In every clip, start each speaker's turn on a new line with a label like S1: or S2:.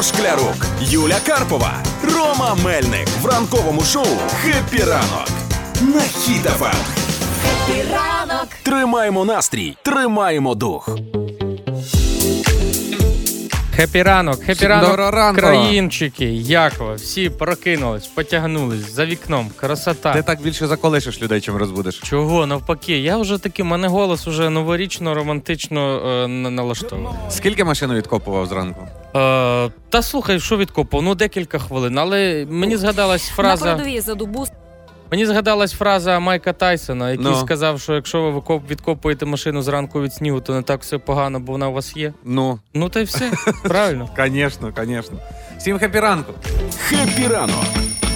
S1: Шклярук, Юля Карпова, Рома Мельник в ранковому шоу «Хеппі ранок» на Хіт-ФМ.
S2: Ранок
S1: Тримаємо настрій, тримаємо дух.
S3: Хепі ранок, хепі
S4: Доброго
S3: ранок,
S4: ранку.
S3: країнчики, як ви? Всі прокинулись, потягнулись за вікном, красота.
S4: Ти так більше заколишиш людей, чим розбудиш.
S3: Чого навпаки? Я вже такий, мене голос уже новорічно, романтично е, на- налаштований.
S4: Скільки машину відкопував зранку?
S3: Е, та слухай, що відкопав? Ну декілька хвилин, але мені згадалась
S2: на
S3: фраза.
S2: передовій за добу
S3: Мені згадалась фраза Майка Тайсона, який
S4: Ну.
S3: сказав, що якщо ви викоп- відкопуєте машину зранку від снігу, то не так все погано, бо вона у вас є.
S4: Ну,
S3: Ну та й все. Правильно.
S4: звісно, звісно. Всім хепі ранку.
S1: «Хеппі ранок»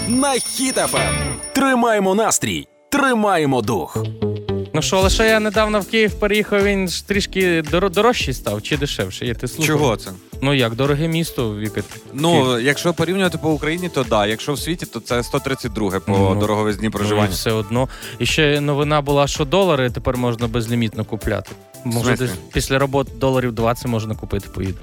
S1: на Хіт-ФМ. Тримаємо настрій, тримаємо дух.
S3: Ну що, лише я недавно в Київ переїхав, він ж трішки дор- дорожчий став чи дешевший. Я ти слухав?
S4: Чого це?
S3: Ну як, дороге місто, Віка. Київ.
S4: Ну, якщо порівнювати по Україні, то да. Якщо в світі, то це 132 по
S3: Ну,
S4: дороговизні
S3: Ну,
S4: проживання.
S3: і все одно. І ще новина була, що долари тепер можна безлімітно купляти. Може,
S4: смислі?
S3: десь після роботи доларів 20 можна купити, поїду.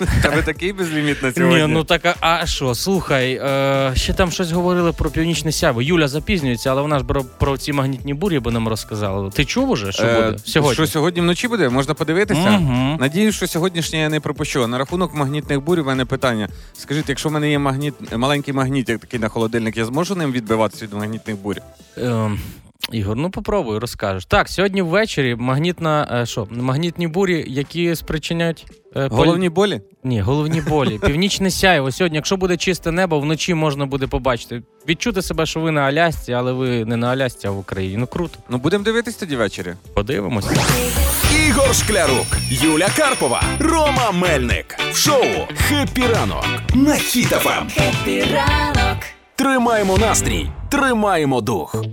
S4: У Тебе такий безліміт на сьогодні.
S3: Ні, ну так, а- а що, слухай, е, ще там щось говорили про північне сяво. Юля запізнюється, але вона ж про, про ці магнітні бурі бо нам розказала. Ти чув уже, що
S4: Е,
S3: буде сьогодні?
S4: Що сьогодні вночі буде? Можна подивитися?
S3: Мгм.
S4: Надіюсь, що сьогоднішнє я не пропущу. На рахунок магнітних бурь у мене питання. Скажіть, якщо в мене є магніт, маленький магнітик такий на холодильник, я зможу ним відбиватися від магнітних бурь?
S3: Ем, Ігор, ну попробуй, розкажеш. Так, сьогодні ввечері магнітна, е, що, магнітні бурі, які спричиняють е, поль-
S4: Головні болі?
S3: Ні, головні болі. Північне сяйво. Сьогодні, якщо буде чисте небо, вночі можна буде побачити. Відчути себе, що ви на Алясці, але ви не на Алясці, а в Україні. Ну круто.
S4: Ну будемо дивитись тоді ввечері.
S3: Подивимося.
S1: Ігор Шклярук, Юля Карпова, Рома Мельник в шоу «Хеппі ранок» на Хіт-ФМ.
S2: ранок
S1: Тримаємо настрій, тримаємо дух.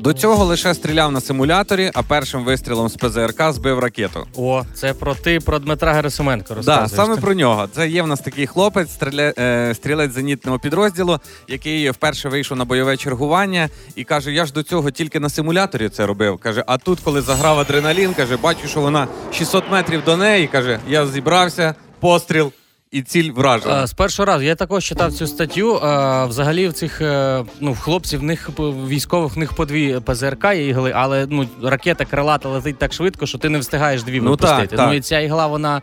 S4: До цього лише стріляв на симуляторі, а першим вистрілом з ПЗРК збив ракету.
S3: О, це про ти, про Дмитра Герасименко
S4: Да,
S3: розказуєш.
S4: саме
S3: Ти-
S4: про нього. Це є в нас такий хлопець, стріля... е, стрілець зенітного підрозділу, який вперше вийшов на бойове чергування і каже: Я ж до цього тільки на симуляторі це робив. Каже, а тут, коли заграв адреналін, каже, бачу, що вона 600 метрів до неї. Каже, я зібрався, постріл і ціль вражена.
S3: Е, З першого разу я також читав цю статтю. Е, Взагалі, в цих е, ну в хлопців в них п- військових в них по дві ПЗРК є ігли, але ну ракета крилата летить так швидко, що ти не встигаєш дві
S4: Ну,
S3: випустити.
S4: так, так.
S3: Ну і ця ігла вона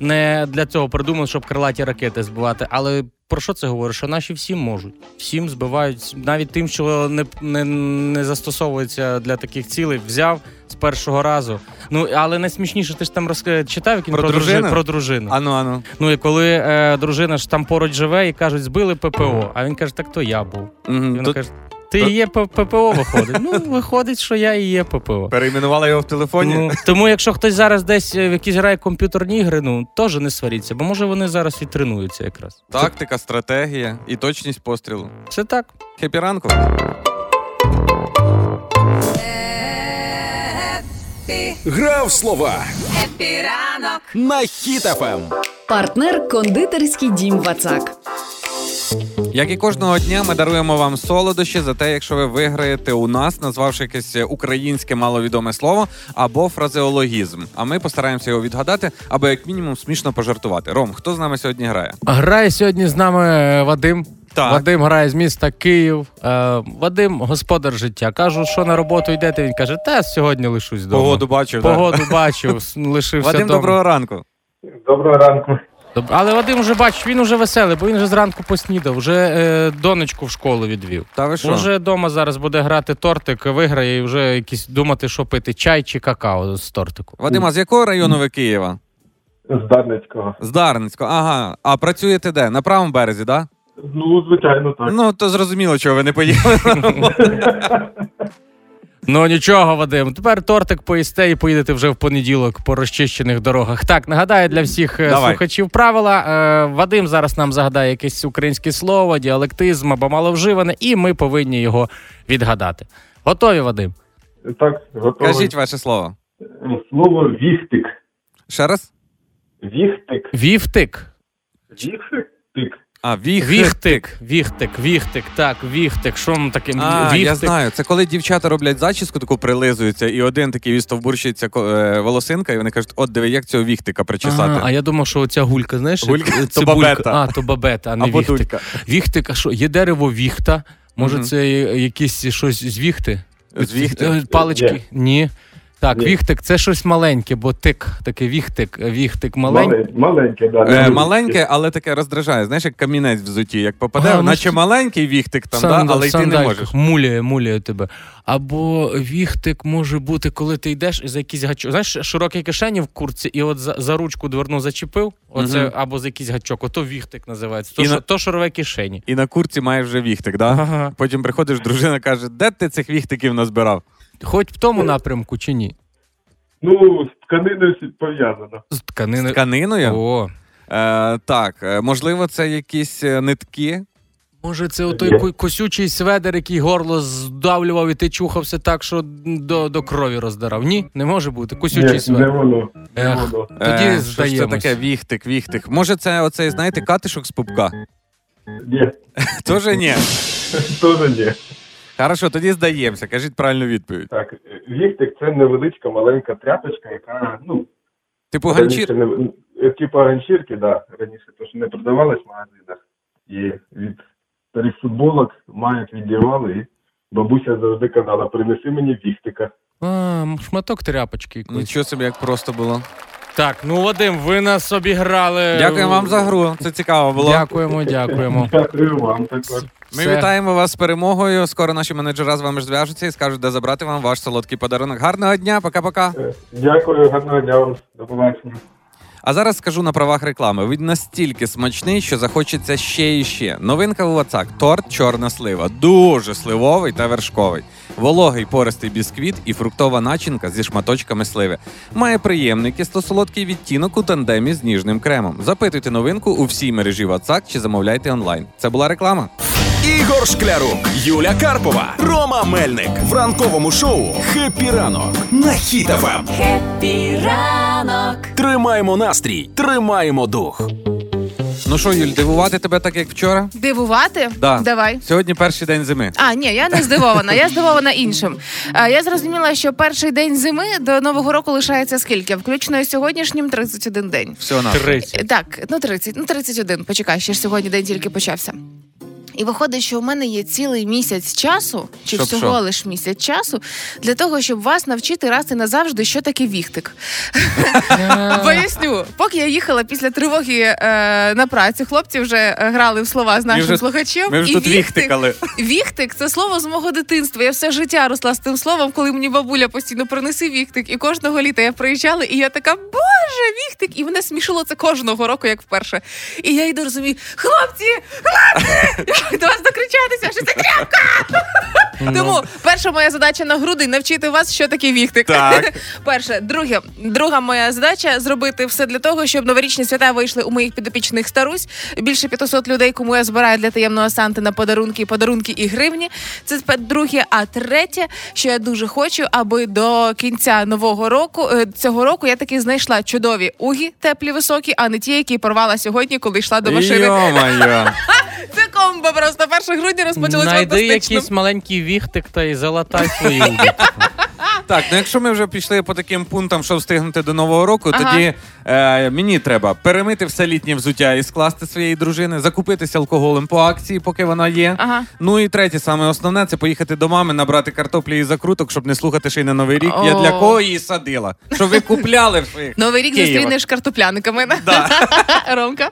S3: не для цього придумана, щоб крилаті ракети збивати. Але про що це говорить? Що наші всім можуть, всім збивають, навіть тим, що не, не, не застосовується для таких цілей, взяв. З першого разу. Ну але найсмішніше, ти ж там розк... читав який
S4: Про
S3: дружи-
S4: дружину?
S3: про дружину.
S4: Ану, ану.
S3: Ну і коли е, дружина ж там поруч живе і кажуть, збили ППО. А він каже, так то я був. І
S4: Мгм,
S3: вона
S4: Тут
S3: каже, ти
S4: тут-
S3: і є П- ППО виходить. Ну, виходить, що я і є ППО.
S4: перейменувала його в телефоні.
S3: Ну, тому якщо хтось зараз десь е, в якісь грає комп'ютерні ігри, ну теж не сваріться, бо може вони зараз і тренуються якраз.
S4: Тактика, стратегія і точність пострілу.
S3: Це так.
S4: Хепі ранку.
S1: Грав слова
S2: ранок
S1: на Ем. Хіт-ФМ.
S5: Партнер кондитерський дім Вацак.
S4: Як і кожного дня, ми даруємо вам солодощі за те, якщо ви виграєте у нас, назвавши якесь українське маловідоме слово або фразеологізм. А ми постараємося його відгадати, або як мінімум смішно пожартувати. Ром, хто з нами сьогодні грає?
S3: Грає сьогодні з нами е, Вадим.
S4: Так.
S3: Вадим грає з міста Київ. Е, Вадим господар життя. Кажу, що на роботу йдете. Він каже, та сьогодні лишусь вдома.
S4: Погоду бачив. да?
S3: Погоду бачив, с- лишився
S4: Вадим,
S3: вдома.
S4: доброго ранку.
S6: Доброго ранку.
S3: Доб- Але Вадим вже бачиш, він вже веселий, бо він вже зранку поснідав, вже е, донечку в школу відвів.
S4: Та ви що?
S3: Вже вдома зараз буде грати тортик, виграє і вже якісь думати, що пити, чай чи какао з тортику.
S4: Вадим, а з якого району ви Києва?
S6: З Дарницького.
S4: З Дарницького. Ага. А працюєте де? На правому березі, да?
S6: Ну, звичайно, так.
S4: Ну то зрозуміло, чого ви не поїхали.
S3: Ну нічого, Вадим. Тепер тортик поїсте і поїдете вже в понеділок по розчищених дорогах. Так, нагадаю для всіх е,
S4: Давай.
S3: слухачів правила. Е, Вадим зараз нам загадає якесь українське слово, діалектизм або маловживане, і ми повинні його відгадати. Готові, Вадим?
S6: Так, готовий.
S4: Кажіть ваше слово.
S6: Слово віхтик.
S4: Ще раз?
S6: Віхтик.
S3: Вівтик.
S6: Віхтик?
S4: А, віх...
S3: Віхтик, віхтик, віхтик, так, віхтик. Що ми таке?
S4: А,
S3: віхтик.
S4: я знаю. Це коли дівчата роблять зачіску, таку прилизуються, і один такий відстовбурщиться ко- е, волосинка, і вони кажуть, от диви, як цього віхтика причесати.
S3: А, а я думав, що оця гулька, знаєш,
S4: Гулька?
S3: як
S4: То
S3: цибулька.
S4: бабета.
S3: А, то бабета, а не
S4: Або
S3: віхтик.
S4: дулька.
S3: Віхтик, а що? Є дерево віхта. Може,
S4: Мгм.
S3: це є якісь щось з віхти?
S4: З віхти?
S3: Е, Палички?
S6: Ні.
S3: Ні. Так,
S6: Ні.
S3: віхтик це щось маленьке, бо тик, такий віхтик, віхтик маленький.
S6: Малень- Маленьке, да.
S4: Е,
S6: невеличке.
S4: маленьке, але таке роздражає. Знаєш, як камінець в зуті, як попаде,
S3: А, ну,
S4: наче
S3: це-
S4: маленький віхтик там, да, але йти не можеш.
S3: Муляє, муляє тебе. Або віхтик може бути, коли ти йдеш і за якісь гачок. Знаєш, широкі кишені в курці, і от за, за ручку дверну зачепив, оце,
S4: Мгм.
S3: або за якийсь гачок, ото віхтик називається. То,
S4: І
S3: шо,
S4: на-
S3: то шарове кишені.
S4: І на курці маєш вже віхтик, да?
S3: Ага.
S4: Потім приходиш, дружина каже, де ти цих віхтиків назбирав?
S3: Хоч в тому напрямку чи ні?
S6: Ну, з тканиною всі пов'язано.
S3: З
S4: З
S3: тканини.
S4: тканиною?
S3: О,
S4: Е, так, е, можливо, це якісь е, нитки.
S3: може, це отой ко- косючий сведер, який горло здавлював, і ти чухався так, що до, до крові роздирав. Ні, не може бути. Косючий
S6: Ні, не
S3: сведер.
S6: воно. Не
S3: Ех,
S6: воно.
S4: Е,
S3: тоді
S4: що ж це
S3: здаємось.
S4: таке віхтик, віхтик. Може, це оцей, знаєте, катишок з пупка?
S6: Ні,
S4: Тоже ні.
S6: теж ні.
S4: Хорошо, тоді здаємося. Кажіть правильну відповідь.
S6: Так, віхтик це невеличка маленька тряпочка, яка, ну,
S4: Типу ганчір.
S6: раніше не- е, типа ганчірки, да, раніше то, що не продавалась в магазинах. І від старих футболок мають відірвали, і бабуся завжди казала, принеси мені віхтика.
S3: А, шматок тряпочки якоїсь.
S4: Нічого собі, як просто було.
S3: Так, ну Вадим, ви нас обіграли.
S4: Дякую вам за гру. Це цікаво було.
S3: Дякуємо, дякуємо.
S6: Дякую вам також.
S4: Ми
S3: Все.
S4: вітаємо вас з перемогою. Скоро наші менеджери з вами ж зв'яжуться і скажуть, де забрати вам ваш солодкий подарунок. Гарного дня, пока-пока.
S6: Е, Дякую, гарного дня вам. До побачення.
S4: А зараз скажу на правах реклами. Він настільки смачний, що захочеться ще і ще. Новинка у Вацак торт чорна слива. Дуже сливовий та вершковий. Вологий пористий бісквіт і фруктова начинка зі шматочками сливи. Має приємний кисло-солодкий відтінок у тандемі з ніжним кремом. Запитуйте новинку у всій мережі Вацак чи замовляйте онлайн. Це була реклама.
S1: Ігор Шклярук, Юля Карпова, Рома Мельник в ранковому шоу «Хеппі ранок» на Хіт-ФМ.
S2: Хеппі ранок.
S1: Тримаємо настрій, тримаємо дух.
S4: Ну що, Юль, дивувати тебе так, як вчора?
S7: Дивувати?
S4: Да.
S7: Давай.
S4: Сьогодні перший день зими.
S7: А, ні, я не здивована. Я здивована іншим. А, Я зрозуміла, що перший день зими до нового року лишається скільки? Включно із сьогоднішнім 31 день.
S4: Все на
S3: 30.
S7: Е, Так, ну 30, ну 31, почекай, ще ж сьогодні день тільки почався. І виходить, що в мене є цілий місяць часу, чи
S4: Щоб
S7: всього
S4: що?
S7: лиш місяць часу, для того, щоб вас навчити раз і назавжди, що таке віхтик.
S4: Е.
S7: Поясню, поки я їхала після тривоги е, на працю, хлопці вже е, грали в слова з нашим
S4: вже-
S7: слухачем.
S4: ми вже
S7: і
S4: тут
S7: «віхтик»
S4: віхтикали.
S7: Віхтик це слово з мого дитинства. Я все життя росла з тим словом, коли мені бабуля постійно принеси віхтик. І кожного літа я приїжджала, і я така боже, віхтик! І мене смішило це кожного року, як вперше. І я йду розумію, хлопці, хлопці! До вас докричатися, що це кряпка! Тому перша моя задача на грудень навчити вас, що таке віхтик.
S4: Так.
S7: Перше, друге, друга моя задача зробити все для того, щоб новорічні свята вийшли у моїх підопічних старусь. Більше 500 людей, кому я збираю для таємного Санти на подарунки, подарунки і гривні. Це тепер друге. А третє, що я дуже хочу, аби до кінця нового року е, цього року я таки знайшла чудові угі, теплі, високі, а не ті, які порвала сьогодні, коли йшла до машини.
S4: Йо-моє.
S7: Це комбо просто 1 грудня розпочалося
S3: Найди
S7: фантастично.
S3: якийсь маленький віхтик та й залатай свої уби.
S4: Так, ну якщо ми вже пішли по таким пунктам, що встигнути до нового року,
S7: Ага.
S4: тоді е, мені треба перемити все літнє взуття і скласти своєї дружини, закупитися алкоголем по акції, поки вона є.
S7: Ага.
S4: Ну і третє, саме основне, це поїхати до мами, набрати картоплі і закруток, щоб не слухати ще й на новий рік. Я
S7: О.
S4: для кого її садила? Щоб ви купляли в своїх
S7: Новий рік
S4: Києвах.
S7: зустрінеш картопляниками. Ромка.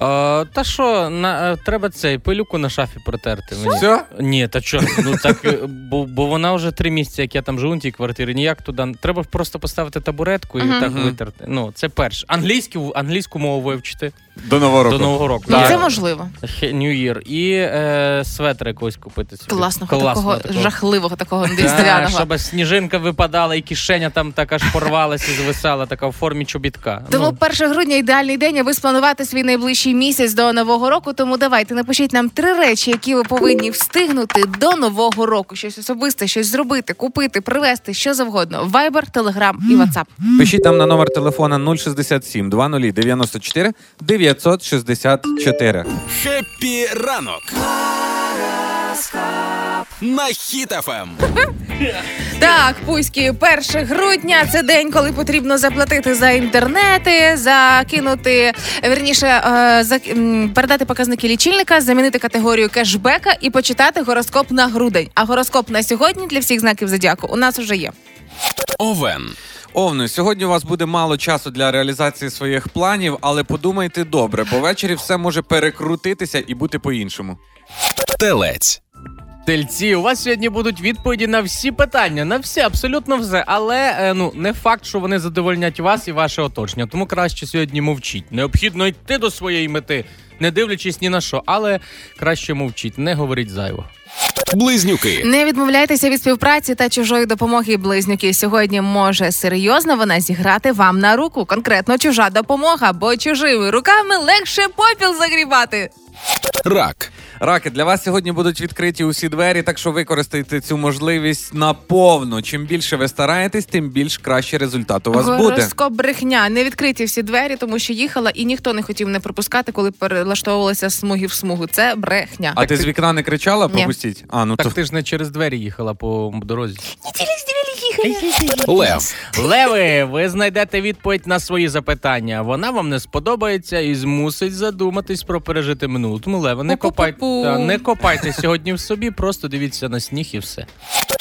S3: А, Та що, на- е, треба цей пилюку на шафі протерти. мені.
S4: Все?
S3: Ні, та що, ну так, е, бо, бо вона вже три місяці, як я там живу на тій квартирі, ніяк туди. Треба просто поставити табуретку і
S7: Мгм.
S3: так
S4: Мгм.
S3: витерти. Ну, це перше. Англійську, англійську мову вивчити
S4: До нового року.
S3: до Нового року.
S7: Ну,
S3: Так.
S7: це можливо.
S3: New Year. І е, светр якогось купити собі.
S7: Класного, такого жахливого, такого
S3: Так,
S7: різдвяного.
S3: щоб сніжинка випадала, і кишеня там так аж порвалася і звисала, така в формі чобітка.
S7: Тому
S3: Ну,
S7: 1 грудня ідеальний день, аби спланувати свій найближчий місяць до нового року. Тому давайте напишіть нам три речі, які ви повинні встигнути до нового року. Щось особисте, щось зробити, купити, привезти, що завгодно. Вайбер, Телеграм і Ватсап.
S4: Пишіть нам на номер телефона 067 00 94 94 964.
S1: Хеппі ранок. На Ем. хітафем.
S7: Так, пуськи, 1 грудня це день, коли потрібно заплатити за інтернети, закинути, верніше, е, зак- м, передати показники лічильника, замінити категорію кешбека і почитати гороскоп на грудень. А гороскоп на сьогодні для всіх знаків зодіаку у нас уже є.
S1: Овен.
S4: Овни, сьогодні у вас буде мало часу для реалізації своїх планів, але подумайте добре, бо ввечері все може перекрутитися і бути по-іншому.
S1: Телець.
S3: Тельці, у вас сьогодні будуть відповіді на всі питання, на всі, абсолютно все. Але е, ну не факт, що вони задовольнять вас і ваше оточення. Тому краще сьогодні мовчіть. Необхідно йти до своєї мети, не дивлячись ні на що, але краще мовчіть, не говоріть зайво.
S1: Близнюки.
S7: Не відмовляйтеся від співпраці та чужої допомоги. Близнюки сьогодні може серйозно вона зіграти вам на руку. Конкретно чужа допомога, бо чужими руками легше попіл загрібати.
S1: Рак.
S4: Раки, для вас сьогодні будуть відкриті усі двері, так що використайте цю можливість наповну. Чим більше ви стараєтесь, тим більш кращий результат у вас буде.
S7: Гороскоп брехня. Не відкриті всі двері, тому що їхала, і ніхто не хотів не пропускати, коли перелаштовувалася з смуги в смугу. Це брехня.
S4: А ти з вікна не кричала?
S7: Ні.
S4: Пропустіть. А ну то
S3: Так ти ж не через двері їхала по дорозі.
S1: Лев.
S3: Леви, ви знайдете відповідь на свої запитання. Вона вам не сподобається і змусить задуматись про пережити минуле. Тому леви, не копайте,
S7: Пу-пу-пу.
S3: та, не копайте сьогодні в собі, просто дивіться на сніг і все.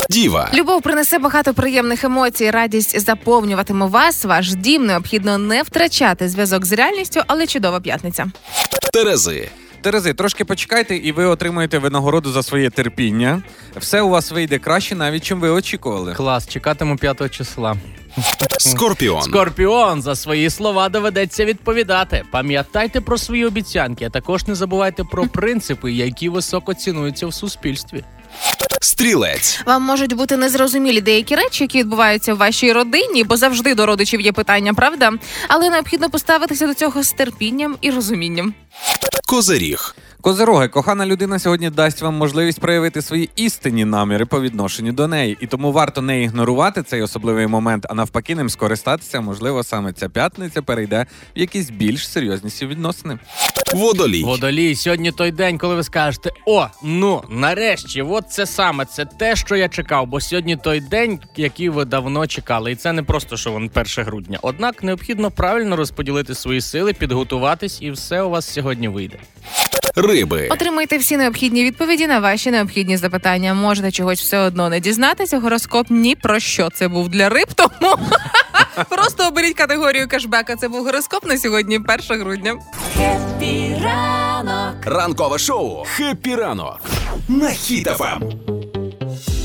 S1: Діва.
S7: Любов принесе багато приємних емоцій. Радість заповнюватиме вас. Ваш дім необхідно не втрачати зв'язок з реальністю, але чудова п'ятниця.
S1: Терези.
S4: Терези, трошки почекайте, і ви отримаєте винагороду за своє терпіння. Все у вас вийде краще, навіть чим ви очікували.
S3: Клас, чекатиму 5 числа.
S1: Скорпіон.
S3: Скорпіон за свої слова доведеться відповідати. Пам'ятайте про свої обіцянки, а також не забувайте про принципи, які високо цінуються в суспільстві.
S1: Стрілець.
S7: Вам можуть бути незрозумілі деякі речі, які відбуваються в вашій родині, бо завжди до родичів є питання, правда? Але необхідно поставитися до цього з терпінням і розумінням.
S1: Козиріг.
S4: Козироги, кохана людина сьогодні дасть вам можливість проявити свої істинні наміри по відношенню до неї, і тому варто не ігнорувати цей особливий момент, а навпаки, ним скористатися. Можливо, саме ця п'ятниця перейде в якісь більш серйозніші відносини.
S1: Водолій.
S3: Водолій, сьогодні той день, коли ви скажете: О, ну нарешті, от це саме це те, що я чекав. Бо сьогодні той день, який ви давно чекали, і це не просто що він 1 грудня. Однак необхідно правильно розподілити свої сили, підготуватись, і все у вас сьогодні вийде.
S1: Риби.
S7: Отримайте всі необхідні відповіді на ваші необхідні запитання. Можете чогось все одно не дізнатися. Гороскоп ні про що це був для риб. Тому просто оберіть категорію кешбека. Це був гороскоп на сьогодні, 1 грудня.
S2: Piranok,
S1: Ранкове шоу. Хеппі ранок. На Ем. хітафем.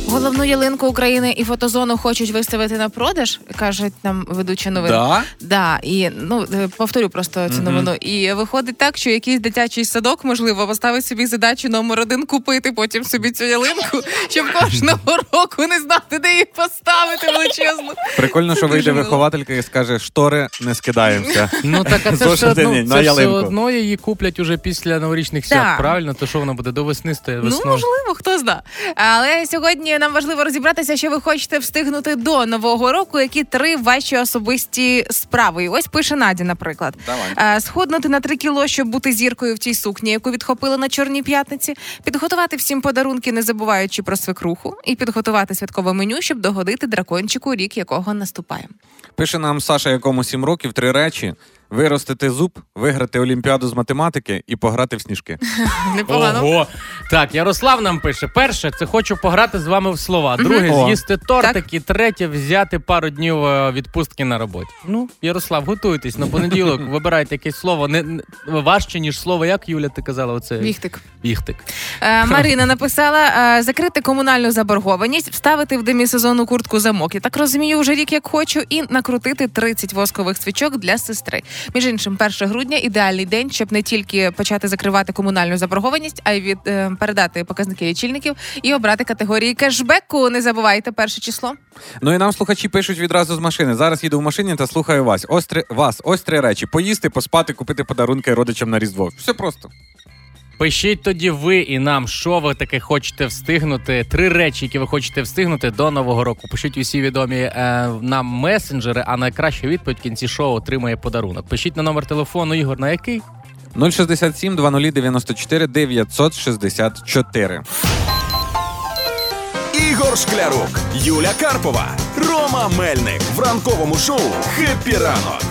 S7: Головну ялинку України і фотозону хочуть виставити на продаж, кажуть нам ведучі новини.
S4: Да?
S7: Да, і ну е, повторю просто цю новину. І виходить так, що якийсь дитячий садок, можливо, поставить собі задачу номер один купити потім собі цю ялинку, щоб кожного року не знати, де її поставити величезну.
S4: Прикольно, що
S7: Дуже
S4: вийде
S7: мило.
S4: вихователька і скаже: штори не скидаємося.
S3: Ну так а це
S4: Зошити
S3: все одно,
S4: ні, на
S3: це все
S4: ялинку.
S3: одно її куплять уже після новорічних свят.
S7: Так.
S3: Правильно, то що вона буде до весни стає
S7: Ну
S3: весною.
S7: можливо, хто зна. Але сьогодні нам важливо розібратися, що ви хочете встигнути до нового року, які три ваші особисті справи. І ось пише Наді, наприклад.
S4: Давай.
S7: Е, Схуднути на три кіло, щоб бути зіркою в тій сукні, яку відхопили на чорній п'ятниці, підготувати всім подарунки, не забуваючи про свекруху, і підготувати святкове меню, щоб догодити дракончику, рік якого наступає.
S4: Пише нам Саша, якому сім років, три речі: виростити зуб, виграти олімпіаду з математики і пограти в сніжки.
S7: Непогано.
S3: Ого. Так, Ярослав нам пише: перше, це хочу пограти з вами в слова. Друге,
S4: О.
S3: з'їсти тортик. І третє, взяти пару днів е, відпустки на роботі. Ну, Ярослав, готуйтесь на понеділок, вибирайте якесь слово. Не, не- важче, ніж слово, як Юля, ти казала, оце
S7: Віхтик.
S3: віхтик.
S7: Е, Марина написала е, закрити комунальну заборгованість, вставити в демісезонну куртку замок. Я так розумію, вже рік як хочу, і накрутити 30 воскових свічок для сестри. Між іншим, 1 грудня ідеальний день, щоб не тільки почати закривати комунальну заборгованість, а й від е, передати показники лічильників і обрати категорії кешбеку. Не забувайте перше число.
S4: Ну і нам слухачі пишуть відразу з машини. Зараз їду в машині та слухаю вас. Ось три вас, ось три речі: поїсти, поспати, купити подарунки родичам на різдво. Все просто.
S3: Пишіть тоді ви і нам, що ви таке хочете встигнути. Три речі, які ви хочете встигнути до нового року. Пишіть усі відомі е, нам месенджери, а найкраща відповідь в кінці шоу отримає подарунок. Пишіть на номер телефону Ігор, на який
S4: 067 00 94 964.
S1: Ігор Шклярук, Юля Карпова, Рома Мельник в ранковому шоу «Хеппі ранок»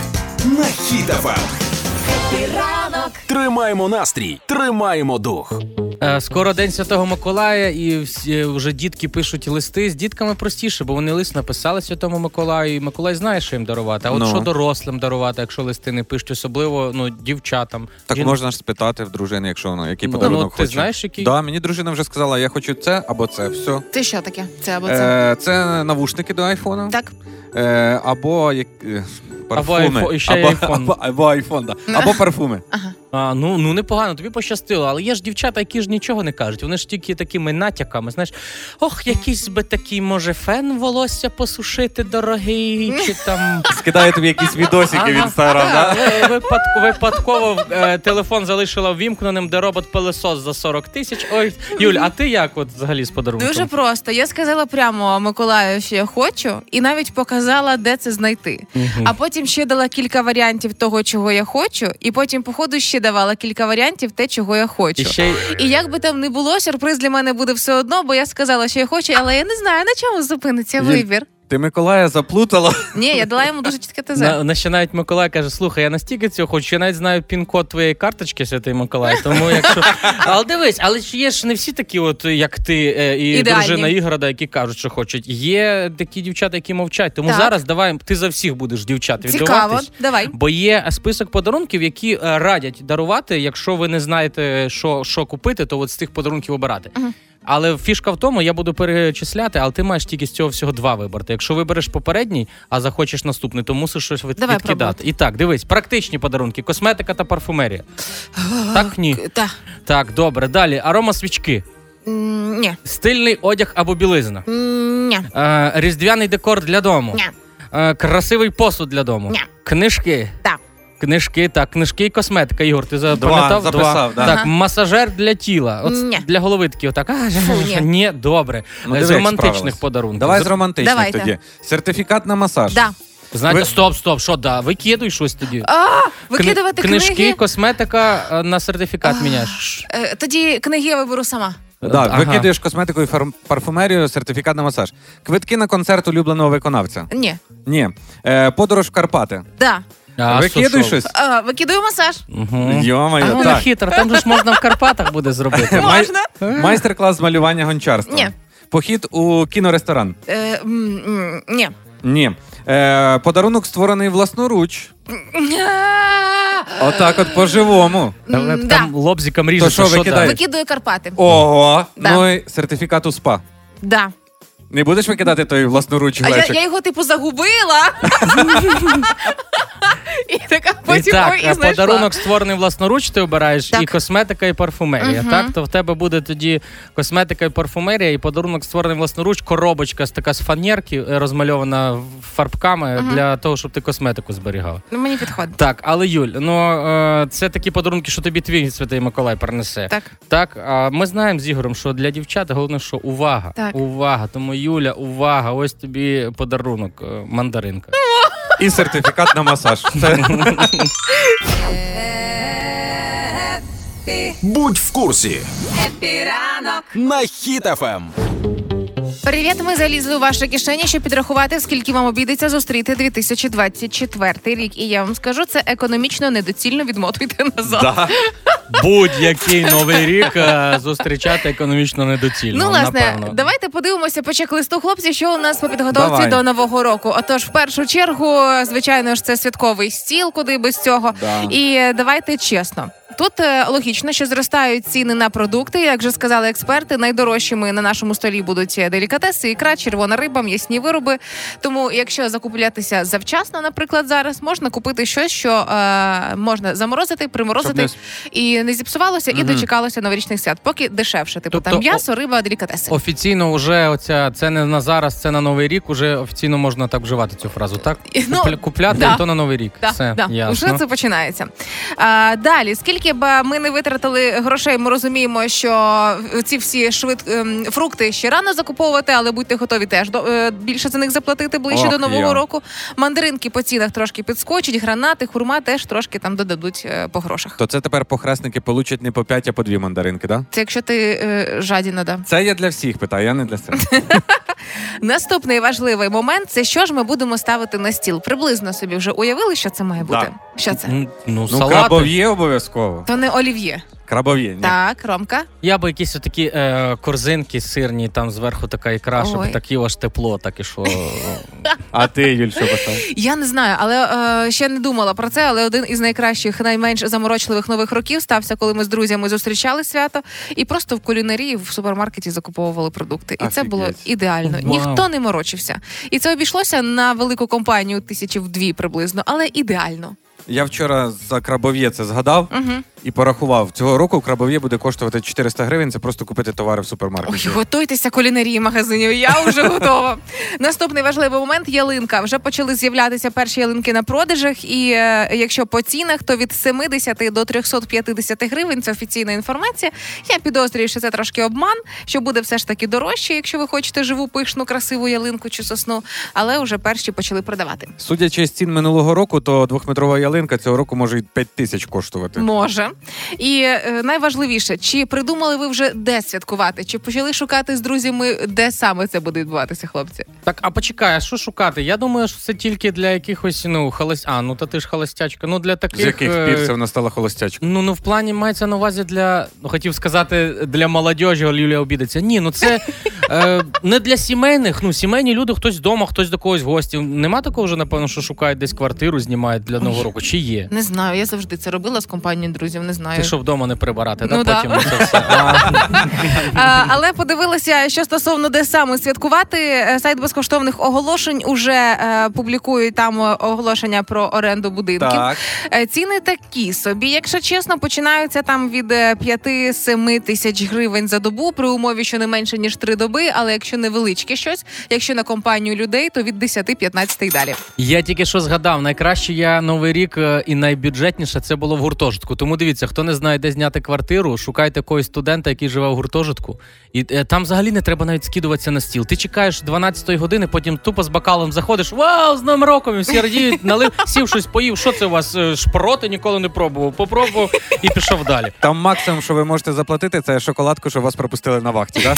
S1: на Хітафа.
S2: ранок,
S1: Тримаємо настрій, тримаємо дух.
S3: Е, Скоро День Святого Миколая, і всі е, вже дітки пишуть листи. З дітками простіше, бо вони лист написали Святому Миколаю, і Миколай знає, що їм дарувати. А от
S4: Ну.
S3: що дорослим дарувати, якщо листи не пишуть, особливо ну, дівчатам.
S4: Так
S3: Жін-
S4: можна ж спитати в дружини, якщо вона який
S3: Ну,
S4: подарунок
S3: ну, ти
S4: хоче.
S3: знаєш, який?
S4: Да, мені дружина вже сказала, я хочу це або це. Все.
S7: Це що таке? Це або це?
S4: Е, це навушники до айфона.
S7: Так.
S4: Е, або як, е, парфуми.
S3: айфо- і ще й
S4: або,
S3: айфон.
S4: Або, або айфон, да. Або парфуми.
S3: А, ну, ну непогано, тобі пощастило, але є ж дівчата, які ж нічого не кажуть. Вони ж тільки такими натяками. Знаєш, ох, якийсь би такий може фен волосся посушити, дорогий, чи там.
S4: Скидає тобі якісь відосики в
S3: Ага.
S4: інстаграм, да?
S3: Але випадку, випадково е, телефон залишила ввімкненим, де робот пилесос за 40 тисяч. Ой, Юль, а ти як от взагалі з подарунком?
S7: Дуже просто. Я сказала прямо Миколаю, що я хочу, і навіть показала, де це знайти.
S3: Мгм.
S7: А потім ще дала кілька варіантів того, чого я хочу, і потім, по ходу, ще давала кілька варіантів те, чого я хочу.
S3: І ще й-
S7: І як би там не було, сюрприз для мене буде все одно, бо я сказала, що я хочу, але я не знаю, на чому зупиниться
S4: Юль.
S7: вибір.
S4: Ти Миколая заплутала.
S7: Ні, я дала йому дуже чітке ТЗ.
S3: на, на ще навіть Миколай каже: слухай, я настільки цього хочу, я навіть знаю пін-код твоєї карточки, святий Миколай. Тому якщо. Але дивись, але ж є ж не всі такі, от як ти е, і
S7: Ідеальні.
S3: дружина Ігорода, які кажуть, що хочуть. Є такі дівчата, які мовчать. Тому
S7: Так.
S3: зараз давай ти за всіх будеш дівчат
S7: Цікаво,
S3: віддаватись.
S7: давай.
S3: Бо є список подарунків, які е, радять дарувати, якщо ви не знаєте, що, що купити, то от з тих подарунків обирати.
S7: Мгм.
S3: Але фішка в тому, я буду перечисляти, але ти маєш тільки з цього всього два вибрати. Якщо вибереш попередній, а захочеш наступний, то мусиш щось від-
S7: Давай
S3: відкидати.
S7: пробувати.
S3: І так, дивись, практичні подарунки, косметика та парфумерія. так, ні.
S7: Та.
S3: Так, добре. Далі арома свічки,
S7: М, Ні.
S3: стильний одяг або білизна,
S7: М, Ні.
S3: е, різдвяний декор для дому,
S7: Ні.
S3: е, красивий посуд для дому,
S7: Ні.
S3: книжки.
S7: Та.
S3: Книжки, так, книжки і косметика, Ігор, ти запам'ятав?
S4: записав, да.
S3: Так,
S7: Ага.
S3: масажер для тіла. От
S7: Ні.
S3: для голови такі отак. А,
S7: ні.
S3: ні. добре.
S4: Ну,
S3: з
S4: диви, як справилась.
S3: романтичних подарунків.
S4: Давай
S3: З-
S4: з романтичних
S7: Давайте.
S4: тоді. Сертифікат на масаж.
S7: Да.
S3: Знаєте,
S4: Ви-
S3: стоп, стоп, що да? Викидуй щось тоді.
S7: А, викидувати
S3: Кни- книжки,
S7: книги.
S3: косметика е, на сертифікат
S7: А.
S3: міняєш.
S7: Е, Тоді книги я виберу сама.
S4: Да,
S3: Ага.
S4: Викидаєш косметику і фарм- парфумерію, сертифікат на масаж. Квитки на концерт улюбленого виконавця.
S7: Ні.
S4: Ні. Е, подорож в Карпати.
S7: Да.
S3: А,
S4: Викидай
S3: сушов.
S4: щось.
S7: А, викидаю масаж.
S3: Мгм.
S4: Йо-моє,
S7: ну,
S3: А вона
S4: так.
S3: хитра, там же ж можна в Карпатах буде зробити.
S4: Май-
S7: Можна?
S4: Майстер-клас з малювання гончарства.
S7: Ні.
S4: Похід у кіноресторан.
S7: Е, м, м, Ні.
S4: Ні. Е, подарунок створений власноруч.
S7: А,
S4: Отак, от по-живому.
S3: Там,
S7: м, да.
S3: там лобзиком
S4: То
S3: ріжуть,
S4: що викидаєш?
S7: Викидаю Карпати.
S4: Ого.
S7: Да.
S4: Ну і сертифікат у спа.
S7: Да.
S4: Не будеш викидати той власноруч
S7: А я,
S4: глечик?
S7: я його типу загубила. І така
S3: І
S7: потім
S3: так,
S7: ой, і
S3: е,
S7: знайшла.
S3: подарунок створений власноруч, ти обираєш
S7: Так.
S3: і косметика, і парфумерія.
S7: Мгм.
S3: Так, то в тебе буде тоді косметика і парфумерія, і подарунок створений власноруч, коробочка з така з фанерки, е, розмальована фарбками для того, щоб ти косметику зберігав.
S7: Ну, Мені підходить.
S3: Так, але Юль, ну е, це такі подарунки, що тобі твій святий Миколай принесе.
S7: Так.
S3: Так, а ми знаємо з Ігорем, що для дівчат головне, що увага.
S7: Так.
S3: Увага. Тому Юля, увага, ось тобі подарунок, е, мандаринка.
S4: І сертифікат на масаж. Це-
S1: Будь в курсі
S2: ранок,
S1: на Ем. Хітафем.
S7: Привіт, ми залізли у ваше кишені, щоб підрахувати, скільки вам обійдеться зустріти 2024 рік. І я вам скажу, це економічно недоцільно відмотуйте назад.
S4: Да.
S3: Будь-який новий рік е, зустрічати економічно недоцільно.
S7: Ну, власне,
S3: напевно.
S7: давайте подивимося по чек-листу хлопців, що у нас по підготовці
S4: Давай.
S7: до нового року. Отож, в першу чергу, звичайно ж, це святковий стіл, куди без цього.
S4: Да.
S7: І е, давайте чесно. Тут е, логічно, що зростають ціни на продукти. Як вже сказали експерти, найдорожчими на нашому столі будуть е, делікатеси, ікра, червона риба, м'ясні вироби. Тому, якщо закуплятися завчасно, наприклад, зараз можна купити щось, що е, можна заморозити, приморозити
S4: Щоб
S7: і не зіпсувалося, і
S4: Мгм.
S7: дочекалося новорічних свят, поки дешевше. Типу
S3: Тобто,
S7: там м'ясо, риба, делікатеси.
S3: Офіційно вже оця це не на зараз, це на новий рік. Уже офіційно можна так вживати цю фразу. Так
S7: Ну,
S3: Купля- купляти
S7: да.
S3: і то на новий рік.
S7: Да,
S3: Все
S7: да.
S3: ясно.
S7: Уже це починається. А, далі, скільки скільки б е, ми не витратили грошей, ми розуміємо, що ці всі швид... ем, фрукти ще рано закуповувати, але будьте готові теж до... е, більше за них заплатити ближче
S4: Ох,
S7: до нового
S4: я.
S7: року. Мандаринки по цінах трошки підскочать, гранати, хурма теж трошки там додадуть е, по грошах.
S4: То це тепер похресники получать не по 5, а по 2 мандаринки, да?
S7: Це якщо ти е, жадіна, да.
S4: Це я для всіх питаю, я не для себе.
S7: Наступний важливий момент це що ж ми будемо ставити на стіл. Приблизно собі вже уявили, що це має бути.
S4: Да.
S7: Що це?
S3: Ну, ну
S4: Ну,
S3: салати.
S4: крабов'є обов'язково.
S7: То не олів'є.
S4: Крабов'є, ні.
S7: Так, Ромка.
S3: Я би якісь такі е, корзинки сирні, там зверху така ікра,
S7: Ой.
S3: щоб такі аж тепло, так і що.
S4: А ти, Юль, що поставив?
S7: Я не знаю, але е, ще не думала про це. Але один із найкращих, найменш заморочливих нових років стався, коли ми з друзями зустрічали свято і просто в кулінарії в супермаркеті закуповували продукти. І це
S4: Офігеть.
S7: було ідеально.
S3: Вау.
S7: Ніхто не морочився. І це обійшлося на велику компанію тисячі в дві приблизно, але ідеально.
S4: Я вчора за крабов'є це згадав
S7: Угу.
S4: і порахував. Цього року крабов'є буде коштувати 400 гривень. Це просто купити товари в супермаркеті.
S7: Ой, готуйтеся кулінарії магазинів. Я вже готова. Наступний важливий момент ялинка. Вже почали з'являтися перші ялинки на продажах. І е, якщо по цінах, то від 70 до 350 гривень це офіційна інформація. Я підозрюю, що це трошки обман, що буде все ж таки дорожче, якщо ви хочете живу, пишну, красиву ялинку чи сосну. Але вже перші почали продавати.
S4: Судячи з цін минулого року, то двохметрова ялинка цього року може і 5 тисяч коштувати.
S7: Може. І е, найважливіше, чи придумали ви вже де святкувати, чи почали шукати з друзями, де саме це буде відбуватися, хлопці?
S3: Так, а почекай, а що шукати? Я думаю, що це тільки для якихось, ну, халась... А, ну та ти ж холостячка. Ну, для таких.
S4: З яких
S3: е,
S4: пір це вона стала холостячкою?
S3: Ну, ну в плані мається на увазі для, ну хотів сказати, для молодежі але Юлія обідеться. Ні, ну це е, не для сімейних. Ну, сімейні люди, хтось вдома, хтось до когось в гості. Нема такого вже, напевно, що шукають десь квартиру, знімають для Нового року. Чи є?
S7: Не знаю, я завжди це робила з компанією друзів, не знаю.
S3: Ти що вдома не прибирати,
S7: Ну, да.
S3: да, потім це все. А,
S7: А, але подивилася, що стосовно де саме святкувати. Е, Сайт безкоштовних оголошень уже е, публікує там е, оголошення про оренду будинків. Е, Ціни такі собі, якщо чесно, починаються там від 5-7 тисяч гривень за добу при умові, що не менше ніж 3 доби. Але якщо невеличке щось, якщо на компанію людей, то від 10-15 і далі.
S3: Я тільки що згадав, найкраще я новий рік е, і найбюджетніше це було в гуртожитку. Тому дивіться, хто не знає, де зняти квартиру, шукайте когось студента, який живе в гуртожитку. І е, там взагалі не треба навіть скидуватися на стіл. Ти чекаєш 12-ї години, потім тупо з бокалом заходиш. Вау, з новим роком! І всі радіють, налив, сів щось поїв. Що це у вас? е, Шпроти ніколи не пробував. Попробував і пішов далі.
S4: Там максимум, що ви можете заплатити, це шоколадку, що вас пропустили на вахті. Да?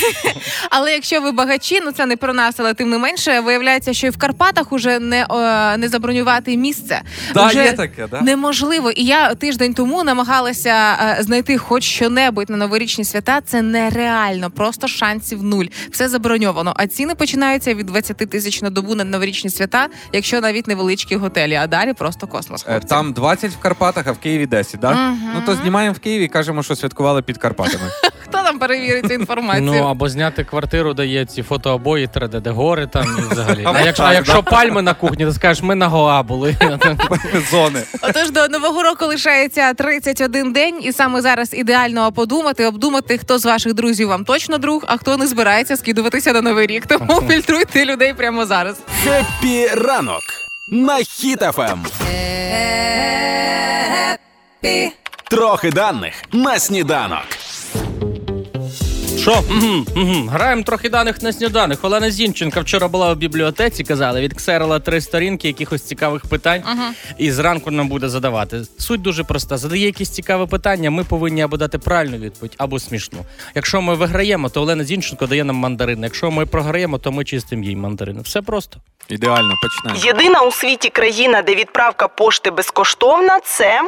S7: Але якщо ви багачі, ну це не про нас, але тим не менше, виявляється, що і в Карпатах уже не, е, не забронювати місце.
S4: Да,
S7: Уже
S4: є таке, да?
S7: Неможливо. І я тиждень тому намагалася е, знайти хоч що-небудь на новорічні свята. Це нереально, просто шансів нуль. Все заброньовано. А ціни починаються від 20 тисяч на добу на новорічні свята, якщо навіть невеличкі готелі. А далі просто космос.
S4: Е,
S7: хлопці.
S4: Там 20 в Карпатах, а в Києві 10, да?
S7: Мгм.
S4: Ну то знімаємо в Києві і кажемо, що святкували під Карпатами.
S7: Хто там перевірить цю інформацію?
S3: Ну або зняти квартиру, де є ці фотообої, 3D, де гори там і взагалі.
S4: Або
S3: А якщо,
S4: так,
S3: а
S4: да.
S3: якщо пальми на кухні, то скажеш, ми на Гоа були.
S4: Зони.
S7: Отож, до нового року лишається 31 день, і саме зараз ідеально подумати, обдумати, хто з ваших друзів вам точно друг, а хто не збирається скидуватися на новий рік. Тому фільтруйте людей прямо зараз.
S1: Хеппі ранок на Ем. хітафем.
S2: Пі.
S1: Трохи даних на сніданок.
S3: Що? Мгм, мгм. Граємо трохи даних на сніданок. Олена Зінченка вчора була в бібліотеці, казала, відксерила три сторінки якихось цікавих питань і зранку нам буде задавати. Суть дуже проста. Задає якісь цікаві питання, ми повинні або дати правильну відповідь, або смішну. Якщо ми виграємо, то Олена Зінченко дає нам мандарини. Якщо ми програємо, то ми чистимо їй мандарини. Все просто.
S4: Ідеально, починаємо.
S8: Єдина у світі країна, де відправка пошти безкоштовна, це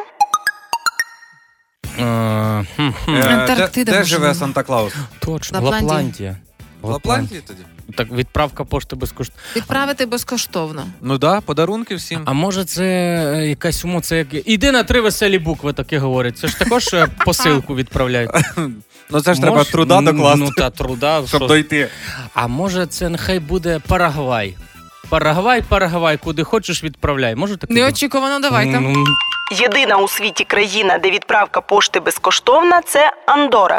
S3: Е, хм, хм.
S4: Е, Де,
S7: Антарктида,
S4: де
S7: може,
S4: живе
S7: ні.
S4: Санта-Клаус?
S3: Точно,
S7: Лапландія.
S3: Лапландія.
S4: В Лапландії тоді?
S3: Так, відправка пошти безкоштовно.
S7: Відправити безкоштовно.
S4: Ну да, подарунки всім.
S3: А може це е, якась умова, це як іди на три веселі букви, таке говорять. Це ж також е, посилку відправляють.
S4: ну це
S3: Мож-
S4: ж треба труда докласти,
S3: Ну та труда.
S4: щоб
S3: що-
S4: дойти.
S3: А може це нехай буде Парагвай. Парагвай, Парагвай, куди хочеш відправляй. Може таке? бути?
S7: Неочікувано, давайте.
S3: Ну,
S8: єдина у світі країна, де відправка пошти безкоштовна, це Андора.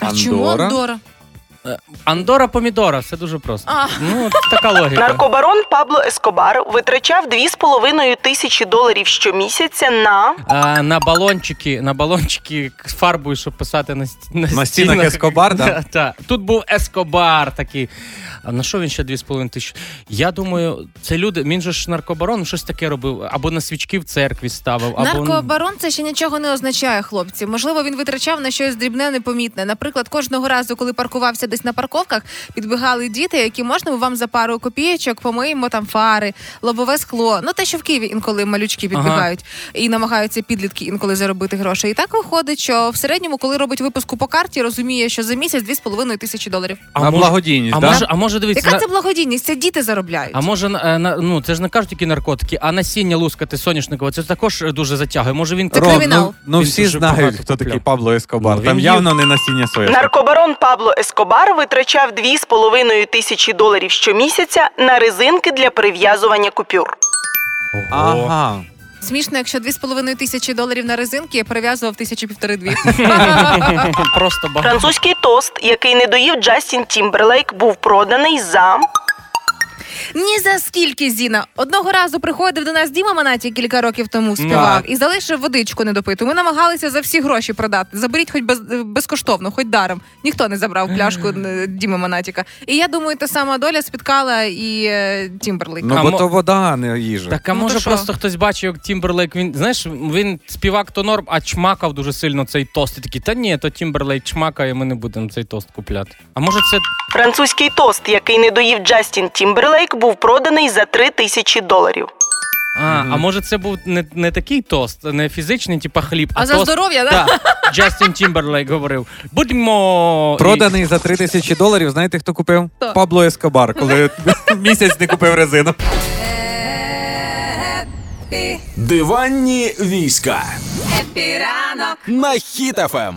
S7: А чому
S4: Андора?
S7: Андора?
S3: Андора помідора, все дуже просто.
S7: А.
S3: Ну, от така логіка.
S8: Наркобарон Пабло Ескобар витрачав 2,5 тисячі доларів щомісяця на
S3: А, на балончики, на балончики з фарбою, щоб писати на, ст... на,
S4: стінах Ескобар, да?
S3: Да, та. Тут був Ескобар такий. А на що він ще 2,5 тисячі? Я думаю, це люди, він же ж наркобарон щось таке робив, або на свічки в церкві ставив, або
S7: Наркобарон це ще нічого не означає, хлопці. Можливо, він витрачав на щось дрібне, непомітне. Наприклад, кожного разу, коли паркувався десь на парковках, підбігали діти, які можна ми вам за пару копійочок помиємо там фари, лобове скло. Ну те, що в Києві інколи малючки підбігають і намагаються підлітки інколи заробити гроші. І так виходить, що в середньому, коли робить випуску по карті, розуміє, що за місяць 2,5 тисячі доларів.
S3: А
S4: на
S3: може-
S4: благодійність,
S3: а
S4: да?
S3: може, а може дивіться,
S7: Яка
S3: на-
S7: це благодійність? Це діти заробляють.
S3: А може, е, на, ну це ж не кажуть тільки наркотики, а насіння лускати соняшникове, це також е, дуже затягує. Може він
S7: Це
S4: Ром,
S7: кримінал.
S4: Ну, ну
S3: Він
S4: всі
S3: дуже
S4: знають,
S3: багато
S4: хто
S3: купляв.
S4: такий Пабло Ескобар.
S3: Ну, він
S4: Там
S3: їв-
S4: явно не насіння соя.
S8: наркобарон Пабло Ескобар витрачав 2,5 тисячі доларів щомісяця на резинки для прив'язування купюр.
S4: Ага.
S7: Смішно, якщо 2,5 тисячі доларів на резинки я прив'язував тисячі півтори-дві.
S3: просто багато.
S8: Французький тост, який не доїв Джастін Тімберлейк, був проданий за
S7: Ні за скільки Зіна. Одного разу приходив до нас Діма Манаті кілька років тому співав
S4: Так.
S7: і залишив водичку недопиту. Ми намагалися за всі гроші продати. Заберіть хоч без, безкоштовно, хоч даром. Ніхто не забрав пляшку е, Діми Манатіка. І я думаю, та сама доля спіткала і е, Тімберлейка.
S4: Ну
S3: А
S4: бо
S3: мо-
S4: то вода, а не їжа.
S3: Так, а
S7: Ну,
S3: може
S7: то що?
S3: просто хтось бачив, як Тімберлейк. Він знаєш, він співак то норм, а чмакав дуже сильно цей тост. І такий, та ні, то Тімберлейк чмакає, ми не будемо цей тост купляти. А може, це
S8: французький тост, який не доїв Джастін Тімберлейк, був проданий за 3 тисячі доларів.
S3: а, а може це був не, не такий тост, не фізичний, типа хліб, а,
S7: А за
S3: тост.
S7: здоров'я, да?
S3: Так, Джастін Тімберлейк говорив: будемо і-
S4: Проданий за 3 тисячі доларів. Знаєте, хто купив?
S7: Хто?
S4: Пабло Ескобар, коли місяць не купив резину.
S1: Диванні війська
S2: Епіранок,
S1: на Ем. хітафем.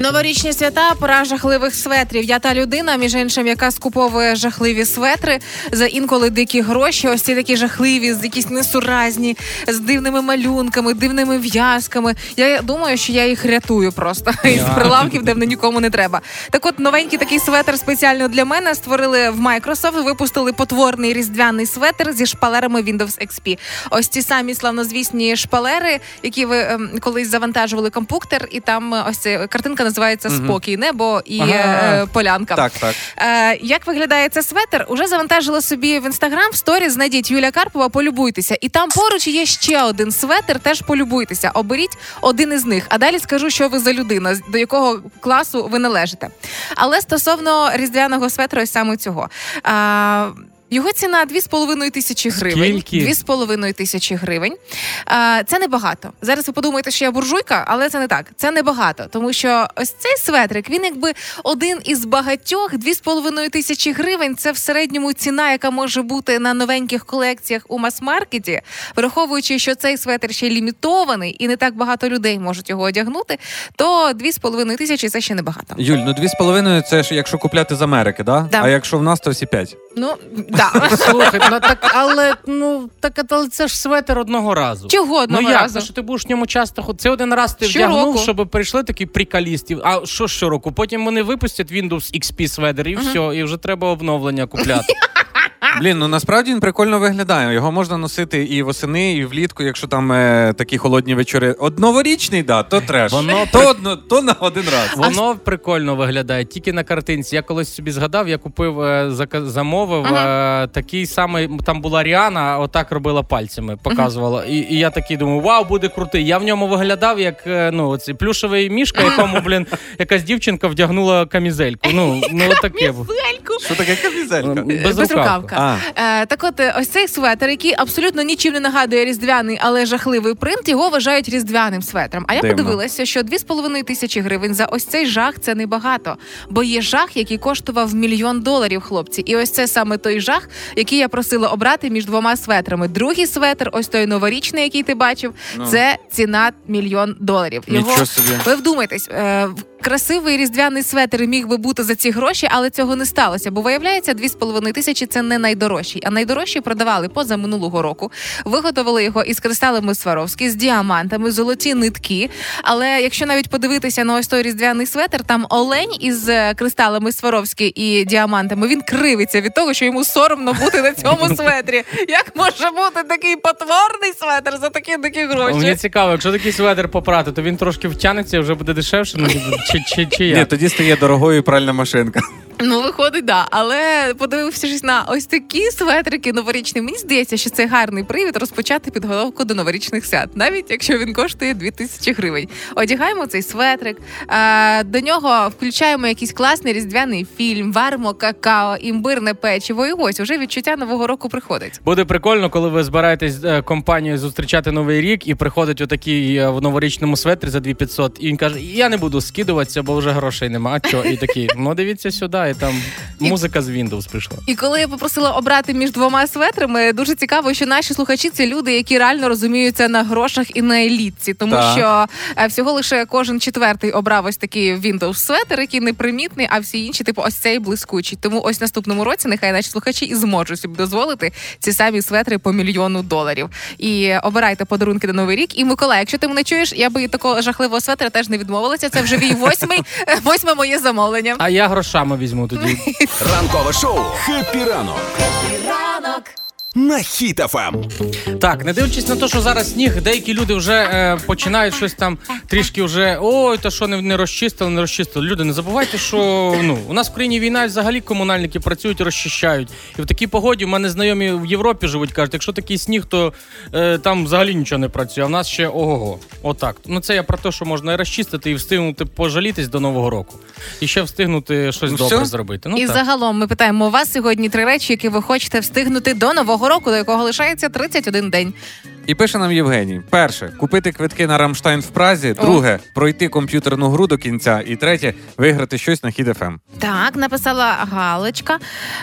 S7: Новорічні свята, пора жахливих светрів. Я та людина, між іншим, яка скуповує жахливі светри за інколи дикі гроші. Ось ці такі жахливі, з якісь несуразні, з дивними малюнками, дивними в'язками. Я думаю, що я їх рятую просто із прилавків, де вони нікому не треба. Так от новенький такий светр спеціально для мене створили в Microsoft, випустили потворний різдвяний светр зі шпалерами Windows XP. Ось ці самі славнозвісні шпалери, які ви ем, колись завантажували компуктер, і там е, ось ця картинка називається Спокій, небо і
S3: Ага.
S7: е, полянка.
S4: Так, так.
S7: Е, як виглядає це светр? Уже завантажила собі в інстаграм в сторі. Знайдіть Юля Карпова, полюбуйтеся. І там поруч є ще один светр. Теж полюбуйтеся. Оберіть один із них. А далі скажу, що ви за людина, з- до якого класу ви належите. Але стосовно різдвяного светру, ось саме цього. Е, його ціна 2,5 тисячі гривень.
S3: Скільки?
S7: 2,5 тисячі гривень. Е, Це небагато. Зараз ви подумаєте, що я буржуйка, але це не так. Це небагато, тому що ось цей светрик він якби один із багатьох 2,5 тисячі гривень. Це в середньому ціна, яка може бути на новеньких колекціях у мас-маркеті, враховуючи, що цей светр ще лімітований і не так багато людей можуть його одягнути. То 2,5 тисячі це ще небагато.
S4: Юль, ну 2,5 це ж якщо купляти з Америки, да?
S7: Да.
S4: А якщо в нас, то всі 5.
S7: Ну да.
S3: Слухай, ну так, але ну так, але це ж светер одного разу.
S7: Чого одного
S3: ну як?
S7: разу?
S3: Та що ти будеш в ньому часто ходити? Це один раз ти
S7: Щороку.
S3: вдягнув, щоб прийшли такі прикалісти. А що щороку? Потім вони випустять Windows XP сведер і все, і вже треба обновлення купляти.
S4: Блін, ну насправді він прикольно виглядає. Його можна носити і восени, і влітку, якщо там е, такі холодні вечори. От новорічний, да, то треш.
S3: Воно
S4: То, одно, то на один раз.
S3: Воно прикольно виглядає тільки на картинці. Я колись собі згадав, я купив, е, зака- замовив е, такий самий. Там була Ріана, а отак робила пальцями, показувала. І, і я такий думаю, вау, буде крутий. Я в ньому виглядав як е, ну оцей плюшевий мішка, якому блін якась дівчинка вдягнула камізельку. Ну ну таке
S4: Що таке капізелька?
S3: безрукавка.
S4: А.
S7: Е, так от е, ось цей светр, який абсолютно нічим не нагадує різдвяний, але жахливий принт, його вважають різдвяним светром. А я
S4: Дивно.
S7: подивилася, що 2,5 тисячі гривень за ось цей жах це небагато. Бо є жах, який коштував мільйон доларів, хлопці. І ось це саме той жах, який я просила обрати між двома светрами. Другий светр, ось той новорічний, який ти бачив, це ціна мільйон доларів.
S4: Нічого собі.
S7: Ви вдумайтесь, е, в- красивий різдвяний светр міг би бути за ці гроші, але цього не сталося. Бо виявляється, 2,5 тисячі це не не найдорожчий, а найдорожчий продавали поза минулого року. Виготовили його із кристалами Сваровські, з діамантами, золоті нитки. Але якщо навіть подивитися на ось той різдвяний светр, там олень із е, кристалами Сваровські і діамантами він кривиться від того, що йому соромно бути на цьому светрі. Як може бути такий потворний светр за такі дикі
S3: Мені
S7: гроші?
S3: цікаво, якщо такий светр попрати, то він трошки втягнеться і вже буде дешевше, ну, чи, чи, чи
S4: Ні,
S3: як?
S4: тоді стає дорогою пральна машинка.
S7: Ну, виходить, да. Але подивившись на ось такі светрики новорічні, мені здається, що це гарний привід розпочати підготовку до новорічних свят, навіть якщо він коштує 2000 гривень. Одягаємо цей светрик, е, до нього включаємо якийсь класний різдвяний фільм, варимо какао, імбирне печиво, і ось уже відчуття нового року приходить.
S3: Буде прикольно, коли ви збираєтесь е, компанією зустрічати новий рік і приходить отакий е, в новорічному светрі за 2500, і він каже: Я не буду скидуватися, бо вже грошей нема. А чо? І такий, ну дивіться сюди, і там музика з Windows прийшла.
S7: І коли я попросила обрати між двома светрами, дуже цікаво, що наші слухачі це люди, які реально розуміються на грошах і на елітці, тому
S4: Так.
S7: що е, всього лише кожен четвертий обрав ось такий Windows светер, який непримітний, а всі інші, типу, ось цей блискучий. Тому ось наступному році нехай наші слухачі і зможуть собі дозволити ці самі светри по мільйону доларів. І обирайте подарунки на новий рік. І Миколай, якщо ти мене чуєш, я би і такого жахливого светра теж не відмовилася. Це вже мій восьмий, восьме моє замовлення.
S3: А я грошами візьму тоді.
S1: Ранкове шоу «Хеппі ранок»
S2: ранок.
S1: на Ем. Хіт-ФМ.
S3: Так, не дивлячись на те, що зараз сніг, деякі люди вже е, починають щось там трішки вже ой, та що не, не розчистили, не розчистили. Люди, не забувайте, що ну у нас в країні війна і взагалі комунальники працюють, розчищають. І в такій погоді в мене знайомі в Європі живуть, кажуть, якщо такий сніг, то е, там взагалі нічого не працює. А в нас ще ого-го. Отак. Ну це я про те, що можна і розчистити і встигнути пожалітись до нового року. І ще встигнути щось
S4: Ну,
S3: добре
S4: все?
S3: зробити. Ну
S7: і
S3: так.
S7: загалом ми питаємо у вас сьогодні три речі, які ви хочете встигнути до нового року, до якого лишається 31 день.
S4: І пише нам Євгеній: перше, купити квитки на Рамштайн в Празі,
S7: О.
S4: друге, пройти комп'ютерну гру до кінця, і третє, виграти щось на Ем. Хід.ФМ.
S7: Так, написала Галочка.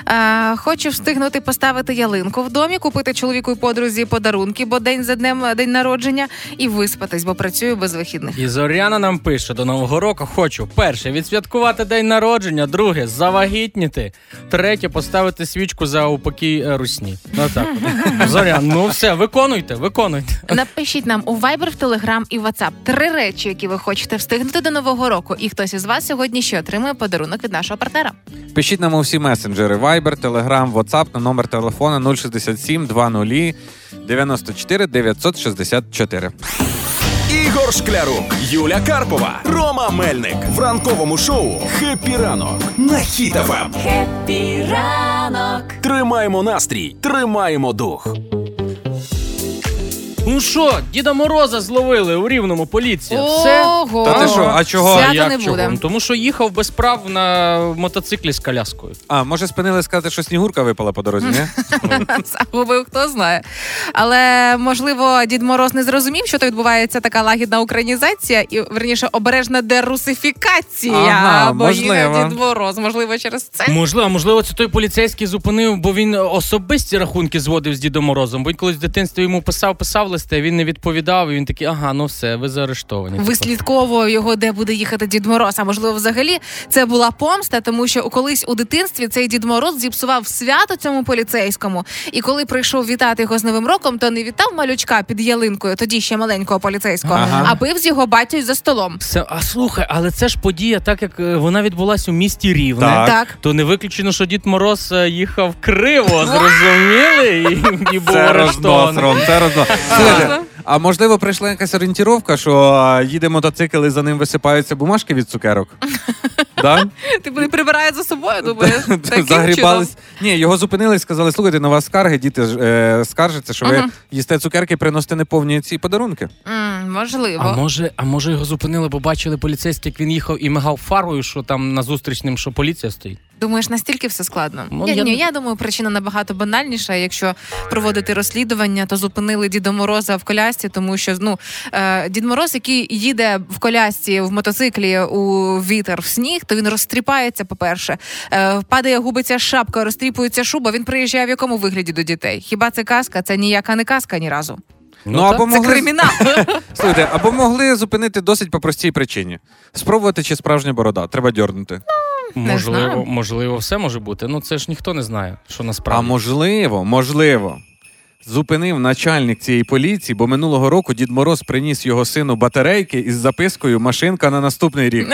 S7: Е, хочу встигнути поставити ялинку в домі, купити чоловіку і подрузі подарунки, бо день за днем е, день народження, і виспатись, бо працюю без вихідних.
S3: І Зоряна нам пише до нового року: хочу перше відсвяткувати день народження, друге завагітніти, третє поставити свічку за упокій е, русні. Ну так. от. Зорян, ну все, виконуйте, виконуйте.
S7: Напишіть нам у Viber, в Telegram і WhatsApp три речі, які ви хочете встигнути до нового року. І хтось із вас сьогодні ще отримує подарунок від нашого партнера.
S4: Пишіть нам у всі месенджери: Viber, Telegram, WhatsApp на номер телефона 067 20 94 964.
S1: Ігор Шклярук, Юля Карпова, Рома Мельник в ранковому шоу «Хеппі ранок» на Хіт-ФМ.
S2: Піранок.
S1: Тримаємо настрій, тримаємо дух.
S3: Ну що, Діда Мороза зловили у рівному поліція. Все.
S7: Ого!
S4: Та ти що, а чого?
S7: Свята
S3: як
S7: не
S3: чого?
S7: буде.
S3: Ну, Тому що їхав без прав на мотоциклі з коляскою.
S4: А, може спинили сказати, що снігурка випала по дорозі, ні?
S7: загубив, хто знає. Але можливо, дід Мороз не зрозумів, що то відбувається така лагідна українізація, і верніше обережна дерусифікація.
S4: Ага,
S7: бо їде
S4: можливо.
S7: дід Мороз, можливо, через це.
S3: Можливо, а можливо, це той поліцейський зупинив, бо він особисті рахунки зводив з Дідом Морозом. Бо він колись в дитинстві йому писав, писав листи, а він не відповідав. І він такий, ага, ну все, ви заарештовані. Типу,
S7: Вислідковував його, де буде їхати Дід Мороз. А можливо, взагалі це була помста, тому що колись у дитинстві цей Дід Мороз зіпсував свято цьому поліцейському. І коли прийшов вітати його з Новим роком, то не вітав малючка під ялинкою, тоді ще маленького поліцейського,
S4: Ага.
S7: а бив з його батькою за столом.
S3: Все, а слухай, але це ж подія, так як е, вона відбулася у місті Рівне.
S4: Так.
S7: так.
S3: То не виключено, що Дід Мороз е, їхав криво, зрозуміли? І, і був
S4: Це рознос,
S3: арештований.
S4: Ром, це рознос. Слухайте, а можливо, прийшла якась орієнтіровка, що а, їде мотоцикл і за ним висипаються бумажки від цукерок? Да?
S7: Ти Типу, не прибирає за собою, думаєш? Таким
S4: Загрібались.
S7: чином.
S4: Ні, його зупинили і сказали: слухайте, на вас скарги, діти ж, е, скаржаться, що ви
S7: Мгм.
S4: їсте цукерки, приносите неповні ці подарунки.
S7: М,
S3: А
S7: Можливо.
S3: може, а може його зупинили, бо бачили поліцейські, як він їхав і мигав фарою, що там на зустрічним, що поліція стоїть.
S7: Думаєш, настільки все складно?
S3: Ну,
S7: я,
S3: я-
S7: Ні, я думаю, причина набагато банальніша. Якщо проводити розслідування, то зупинили Діда Мороза в колясці, тому що ну е, Дід Мороз, який їде в колясці в мотоциклі у вітер в сніг, то він розстріпається, по-перше, е, падає, губиться шапка, розтріпується шуба. Він приїжджає в якому вигляді до дітей? Хіба це казка? Це ніяка не казка ні разу.
S4: Ну, або
S7: Це
S4: могли,
S7: кримінал.
S4: слухайте, або могли зупинити досить по простій причині: спробувати, чи справжня борода, треба дьорнути.
S7: Не
S3: можливо,
S7: знаю.
S3: можливо, все може бути. Ну це ж ніхто не знає, що
S4: А
S3: насправді.
S4: можливо, можливо. Зупинив начальник цієї поліції, бо минулого року Дід Мороз приніс його сину батарейки із запискою Машинка на наступний рік.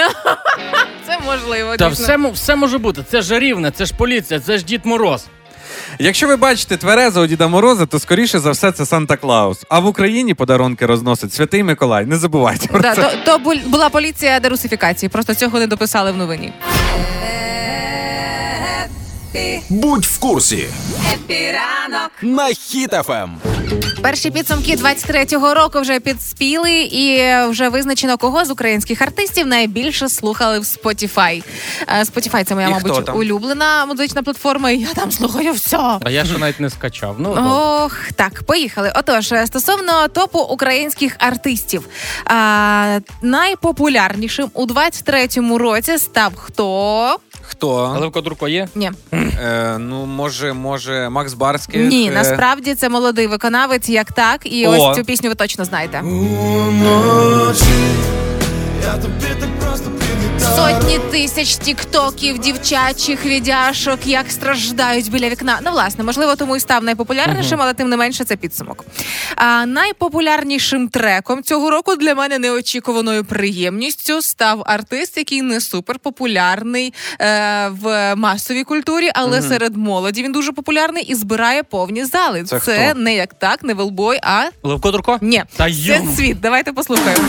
S7: Це можливо.
S3: Та
S7: дійсно.
S3: все, мо- все може бути. Це ж рівне, це ж поліція, це ж Дід Мороз.
S4: Якщо ви бачите тверезого Діда Мороза, то скоріше за все це Санта Клаус. А в Україні подарунки розносить Святий Миколай. Не забувайте про
S7: Да,
S4: це.
S7: то, то бу- була поліція дерусифікації, просто цього не дописали в новині.
S1: Будь в курсі. На Хіт Ем. ФМ.
S7: Перші підсумки 23-го року вже підспіли, і е, вже визначено, кого з українських артистів найбільше слухали в Spotify. Е, Spotify – це моя,
S4: І хто
S7: мабуть,
S4: там?
S7: улюблена музична платформа. і Я там слухаю все.
S3: А я ще навіть не скачав. Ну, добре.
S7: Ох, так, поїхали. Отож, е, стосовно топу українських артистів. А, найпопулярнішим у 23-му році став хто?
S4: Хто?
S3: Левко Друко є?
S7: Ні.
S4: Е, ну, може, може, Макс Барський.
S7: Ні,
S4: Е,
S7: насправді це молодий виконавець, як так, і
S4: О.
S7: ось цю пісню ви точно знаєте. Сотні тисяч тіктоків, дівчачих відяшок, як страждають біля вікна. Ну, власне, можливо, тому і став найпопулярнішим, але тим не менше це підсумок. А найпопулярнішим треком цього року для мене неочікуваною приємністю став артист, який не суперпопулярний е, в масовій культурі, але серед молоді він дуже популярний і збирає повні зали.
S4: Це
S7: Це,
S4: хто?
S7: не як так, не велбой, а
S3: Левко Друко?
S7: ні.
S3: Та
S7: Це
S3: йом.
S7: світ. Давайте послухаємо.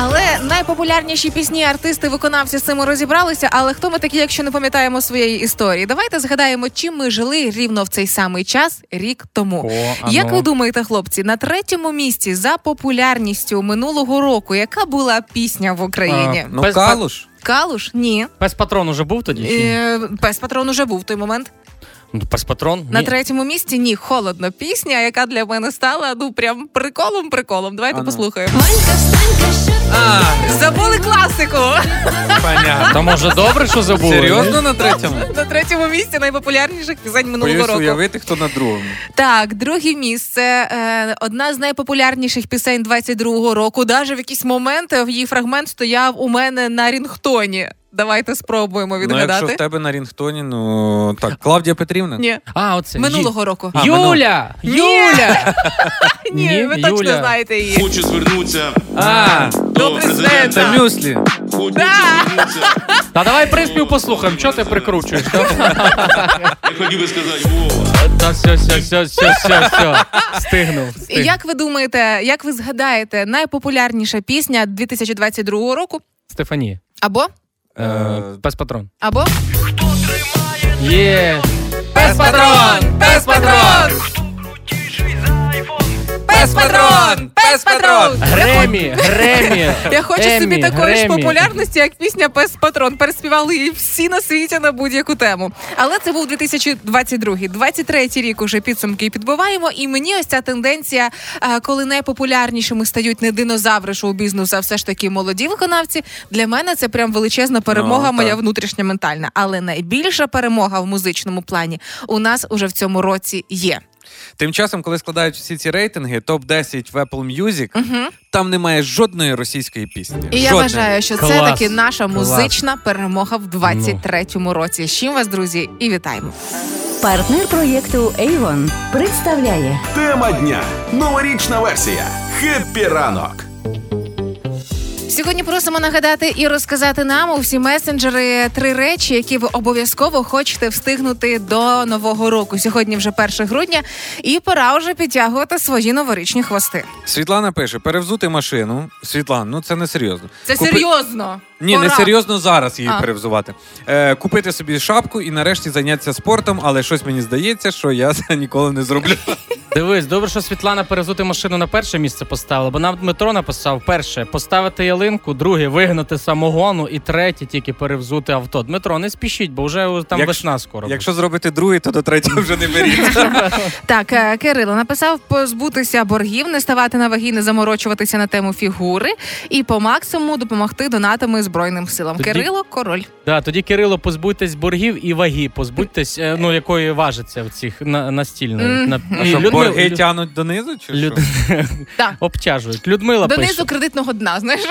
S7: Але найпопулярніші пісні артисти, виконавці з цим розібралися. Але хто ми такі, якщо не пам'ятаємо своєї історії? Давайте згадаємо, чим ми жили рівно в цей самий час рік тому.
S3: О, а
S7: Як
S3: ну.
S7: ви думаєте, хлопці, на третьому місці за популярністю минулого року, яка була пісня в Україні?
S3: А,
S4: Ну,
S3: Без-
S4: Калуш.
S7: Калуш? Ні.
S3: Пес патрон уже був тоді? чи ні?
S7: Е, Пес патрон уже був в той момент.
S3: Ну, Пес патрон?
S7: На
S3: Ні.
S7: третьому місці ні, холодно. Пісня, яка для мене стала ну прям приколом, приколом. Давайте
S4: Ану.
S7: послухаємо.
S4: ну. А,
S7: Забули класику.
S4: понятно.
S3: Та може добре, що забули?
S4: Серйозно на третьому?
S7: На третьому місці найпопулярніших пісень минулого
S4: Боюсь
S7: року.
S4: уявити, хто на другому.
S7: Так, друге місце. е, одна з найпопулярніших пісень 22-го року. Даже в якийсь момент е, в її фрагмент стояв у мене на рінгтоні. Давайте спробуємо
S4: Ну, якщо
S7: відгадати.
S4: в тебе на Рінгтоні, ну так, Клавдія Петрівна.
S7: Ні,
S3: А, оце.
S7: минулого року.
S4: А,
S3: Юля! Юля!
S7: Ні,
S3: Ні,
S7: ви точно
S3: Юля.
S7: знаєте її.
S9: Хочу звернутися
S4: А,
S9: до
S7: Добре,
S9: президента.
S4: це мюслі.
S9: Хочу звернутися.
S3: Та давай приспів послухаємо, чого ти прикручуєш?
S9: Я хотів би сказати, Вова.
S3: Та все, все, все, все, все, все. Стигнув.
S7: І Як ви думаєте, як ви згадаєте, найпопулярніша пісня 2022 року?
S3: Стефанія.
S7: Або
S3: Е,
S4: Е,
S3: Пес патрон.
S7: або
S3: Є.
S7: Пес
S4: патрон! Пес патрон! Пес патрон! Пес патрон!
S3: Гремі, Гремі.
S7: Я хочу
S3: Еммі,
S7: собі такої ж
S3: Гремі.
S7: популярності, як пісня Пес Патрон. Переспівали її всі на світі на будь-яку тему. Але це був 2022 23 рік уже підсумки підбиваємо. І мені ось ця тенденція, е, коли найпопулярнішими стають не динозаври шоу бізнесу, а все ж таки молоді виконавці. Для мене це прям величезна перемога,
S4: Ну,
S7: моя
S4: так.
S7: внутрішня ментальна. Але найбільша перемога в музичному плані у нас уже в цьому році є.
S4: Тим часом, коли складають всі ці рейтинги, топ-10 в Apple Music, там немає жодної російської пісні.
S7: І я
S4: Жодної.
S7: вважаю, що це
S3: Клас.
S7: таки наша
S3: Клас.
S7: музична перемога в
S4: Ну.
S7: 23-му році. З чим вас, друзі, і вітаємо.
S5: Партнер проєкту Avon представляє
S1: Тема дня. Новорічна версія. Хеппі ранок.
S7: Сьогодні просимо нагадати і розказати нам у всі месенджери три речі, які ви обов'язково хочете встигнути до нового року. Сьогодні вже 1 грудня, і пора вже підтягувати свої новорічні хвости.
S4: Світлана пише: перевзути машину. Світлан, ну це не серйозно.
S7: Це
S4: Купи-
S7: серйозно.
S4: Ні,
S7: Пора.
S4: не серйозно зараз її
S7: А.
S4: перевзувати. Е, купити собі шапку і нарешті зайнятися спортом, але щось мені здається, що я це ніколи не зроблю.
S3: Дивись, добре, що Світлана перезути машину на перше місце поставила, бо нам Дмитро написав: перше поставити ялинку, друге вигнати самогону, і третє тільки перевзути авто. Дмитро, не спішіть, бо вже о, там
S4: Якщо-
S3: весна скоро.
S4: Якщо зробити другий, то до третього вже не беріться.
S7: Так, е, Кирило написав позбутися боргів, не ставати на ваги, не заморочуватися на тему фігури і по максимуму допомогти донатами з Збройним силам.
S3: Тоді-
S7: Кирило Король.
S3: Да, тоді Кирило, позбудьтесь боргів і ваги, позбудьтесь, е, ну якої важиться в цих на, настільної.
S7: Мгм.
S3: На,
S4: А що,
S3: Людмила-
S4: борги
S3: Лю-
S4: тянуть донизу? Чи що?
S3: Люд-
S7: Так.
S3: Обтяжують. Людмила
S7: Донизу
S3: пише.
S7: кредитного дна, знаєш?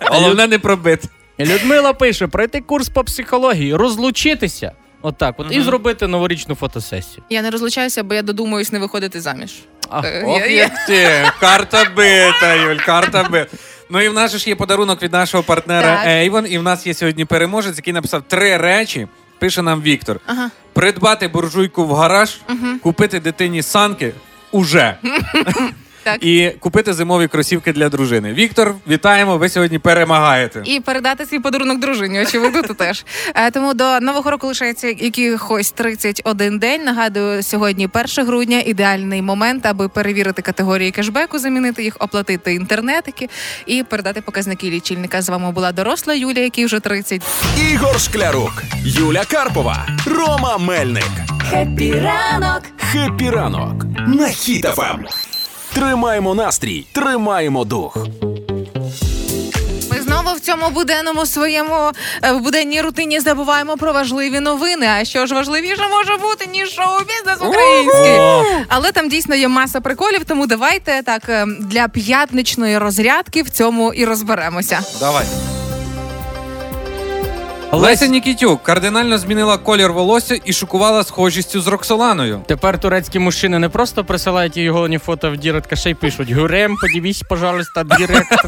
S4: Головне не пробити.
S3: Людмила пише: пройти курс по психології, розлучитися. Отак, от, і
S4: Мгм.
S3: зробити новорічну фотосесію.
S7: Я не розлучаюся, бо я додумуюсь не виходити заміж.
S3: А,
S7: Е,
S4: Ох,
S7: я- я-
S4: як ти, карта бита, Юль, карта бита. Ну і в нас же ж є подарунок від нашого партнера
S7: Так.
S4: Ейвон, і в нас є сьогодні переможець, який написав три речі. Пише нам Віктор:
S7: Ага.
S4: придбати буржуйку в гараж, купити дитині санки уже.
S7: Так.
S4: І купити зимові кросівки для дружини. Віктор, вітаємо! Ви сьогодні перемагаєте.
S7: І передати свій подарунок дружині, очевидно, ти теж. Е, Тому до нового року лишається якихось 31 день. Нагадую, сьогодні 1 грудня ідеальний момент, аби перевірити категорії кешбеку, замінити їх, оплатити інтернетики і передати показники лічильника. З вами була доросла Юлія, якій вже 30.
S1: Ігор Шклярук, Юля Карпова, Рома Мельник.
S2: Хеппі ранок!
S1: Хепі ранок на хітафам. Тримаємо настрій, тримаємо дух.
S7: Ми знову в цьому буденному своєму е, в буденній рутині забуваємо про важливі новини. А що ж важливіше може бути ніж шоу бізнес український? Але там дійсно є маса приколів, тому давайте так е, для п'ятничної розрядки в цьому і розберемося.
S4: Давай. Леся Нікітюк кардинально змінила колір волосся і шокувала схожістю з Роксоланою.
S3: Тепер турецькі мужчини не просто присилають її головні фото в дірект, а ще й пишуть: Гюрем, подивись, пожалуйста, директ.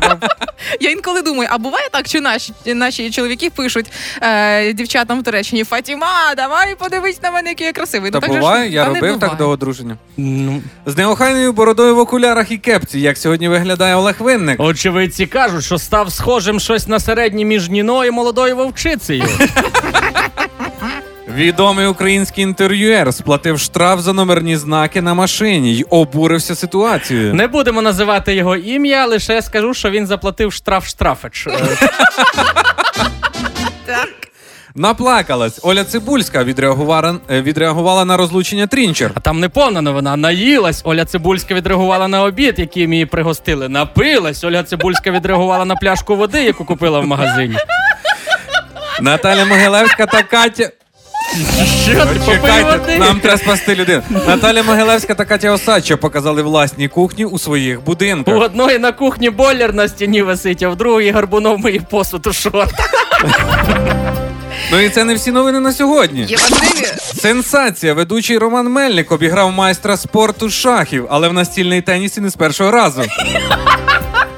S7: Я інколи думаю, а буває так, чи наші наші чоловіки пишуть е, дівчатам в Туреччині Фатіма, давай подивись на мене, який я красивий.
S4: Та
S7: Ну, так же ж-
S4: буває, я
S7: та не
S4: робив так
S7: буває.
S4: до одруження.
S3: Ну,
S4: З неохайною бородою в окулярах і кепці, як сьогодні виглядає Олег Винник.
S3: очевидці кажуть, що став схожим щось на середнє між Ніно і молодою вовчицею.
S4: Відомий український інтерв'юер сплатив штраф за номерні знаки на машині й обурився ситуацією.
S3: Не будемо називати його ім'я, лише я скажу, що він заплатив штраф штрафич. Е,
S4: Наплакалась. Оля Цибульська відреагувала, е, відреагувала на розлучення Трінчер.
S3: А там не повна новина. Наїлась. Оля Цибульська відреагувала на обід, яким її пригостили. Напилась. Оля Цибульська відреагувала на пляшку води, яку купила в магазині.
S4: Наталя Могилевська та Катя.
S3: Що ти попий
S4: Чекайте,
S3: води?
S4: нам треба спасти людину. Наталя Могилевська та Катя Осадча показали власні кухні у своїх
S3: У
S4: будинках.
S3: одної на кухні бойлер на стіні висить, а в другої гарбунов миє посуд у шортах.
S4: Ну і це не всі новини на сьогодні.
S7: Є важливі.
S4: Сенсація. Ведучий Роман Мельник обіграв майстра спорту шахів, але в настільний теніс і не з першого разу.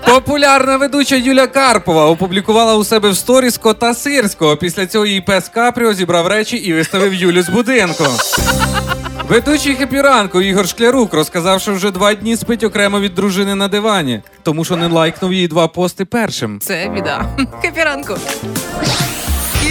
S4: Популярна ведуча Юля Карпова опублікувала у себе в сторіс кота сирського. Після цього її пес Капріо зібрав речі і виставив Юлю з будинку. Ведучий хепіранку Ігор Шклярук розказав, що вже два дні спить окремо від дружини на дивані, тому що не лайкнув її два пости першим.
S7: Це біда. Капіранку.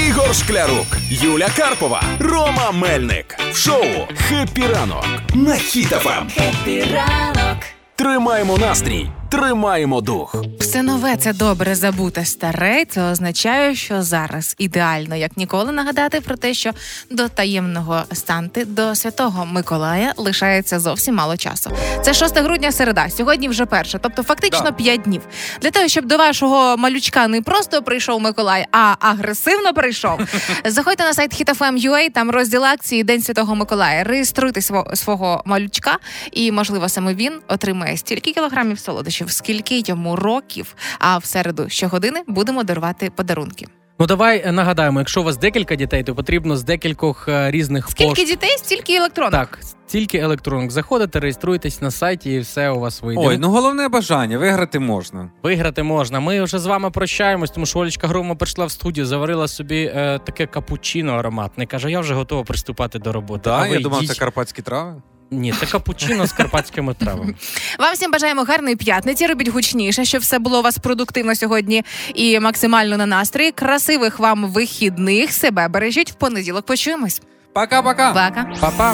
S1: Ігор Шклярук, Юля Карпова, Рома Мельник. В шоу Хепі ранок на хітафам.
S2: Хеппі ранок!
S1: Тримаємо настрій, тримаємо дух.
S7: Все нове це добре забуте старе. Це означає, що зараз ідеально як ніколи нагадати про те, що до таємного Санти, до святого Миколая лишається зовсім мало часу. Це 6 грудня середа. Сьогодні вже перша, тобто фактично 5 днів. Для того, щоб до вашого малючка не просто прийшов Миколай, а агресивно прийшов. Заходьте на сайт hitfm.ua, там розділ акції День Святого Миколая. Реєструйте сво- свого малючка, і можливо саме він отримає стільки кілограмів солодощів, скільки йому років. А в середу щогодини будемо дарувати подарунки.
S3: Ну давай е, нагадаємо, якщо у вас декілька дітей, то потрібно з декількох е, різних
S7: Скільки
S3: пошт.
S7: дітей, стільки електронок.
S3: Так, тільки електронок. Заходите, реєструйтесь на сайті, і все у вас вийде.
S4: Ой, ну головне бажання виграти можна.
S3: ну. Виграти можна. Ми вже з вами прощаємось, тому що Олечка Грома прийшла в студію, заварила собі е, таке капучино ароматне. Каже, я вже готова приступати до роботи.
S4: Да,
S3: а ви
S4: я думав,
S3: йдіть.
S4: це карпатські трави.
S3: Ні, це капучино з карпатськими травами.
S7: Вам всім бажаємо гарної п'ятниці. Робіть гучніше, щоб все було у вас продуктивно сьогодні і максимально на настрої. Красивих вам вихідних. Себе бережіть. В понеділок почуємось.
S4: Пока-пока.
S7: Пока.
S4: Па-па.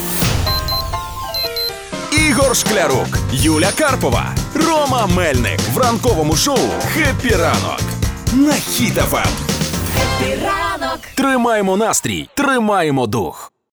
S1: Ігор Шклярук, Юля Карпова, Рома Мельник в ранковому шоу Хепі ранок на Ем. хітафам.
S2: Хеппі ранок!
S1: Тримаємо настрій, тримаємо дух.